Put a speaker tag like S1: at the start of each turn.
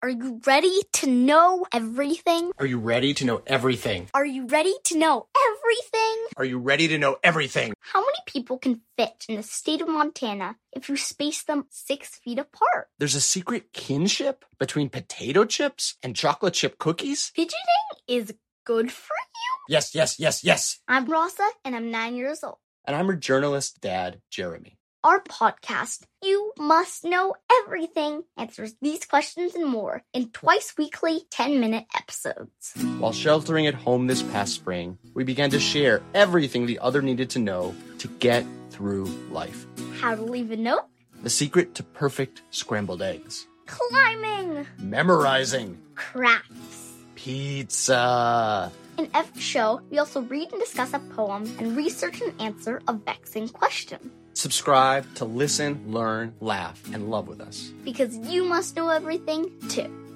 S1: Are you ready to know everything?
S2: Are you ready to know everything?
S1: Are you ready to know everything?
S2: Are you ready to know everything?
S1: How many people can fit in the state of Montana if you space them six feet apart?
S2: There's a secret kinship between potato chips and chocolate chip cookies?
S1: Fidgeting is good for you.
S2: Yes, yes, yes, yes.
S1: I'm Rosa and I'm nine years old.
S2: And I'm her journalist dad, Jeremy.
S1: Our podcast, You Must Know Everything, answers these questions and more in twice weekly 10 minute episodes.
S2: While sheltering at home this past spring, we began to share everything the other needed to know to get through life.
S1: How to leave a note,
S2: The secret to perfect scrambled eggs,
S1: climbing,
S2: memorizing,
S1: crafts.
S2: pizza.
S1: In every show, we also read and discuss a poem and research and answer a vexing question.
S2: Subscribe to listen, learn, laugh, and love with us.
S1: Because you must know everything, too.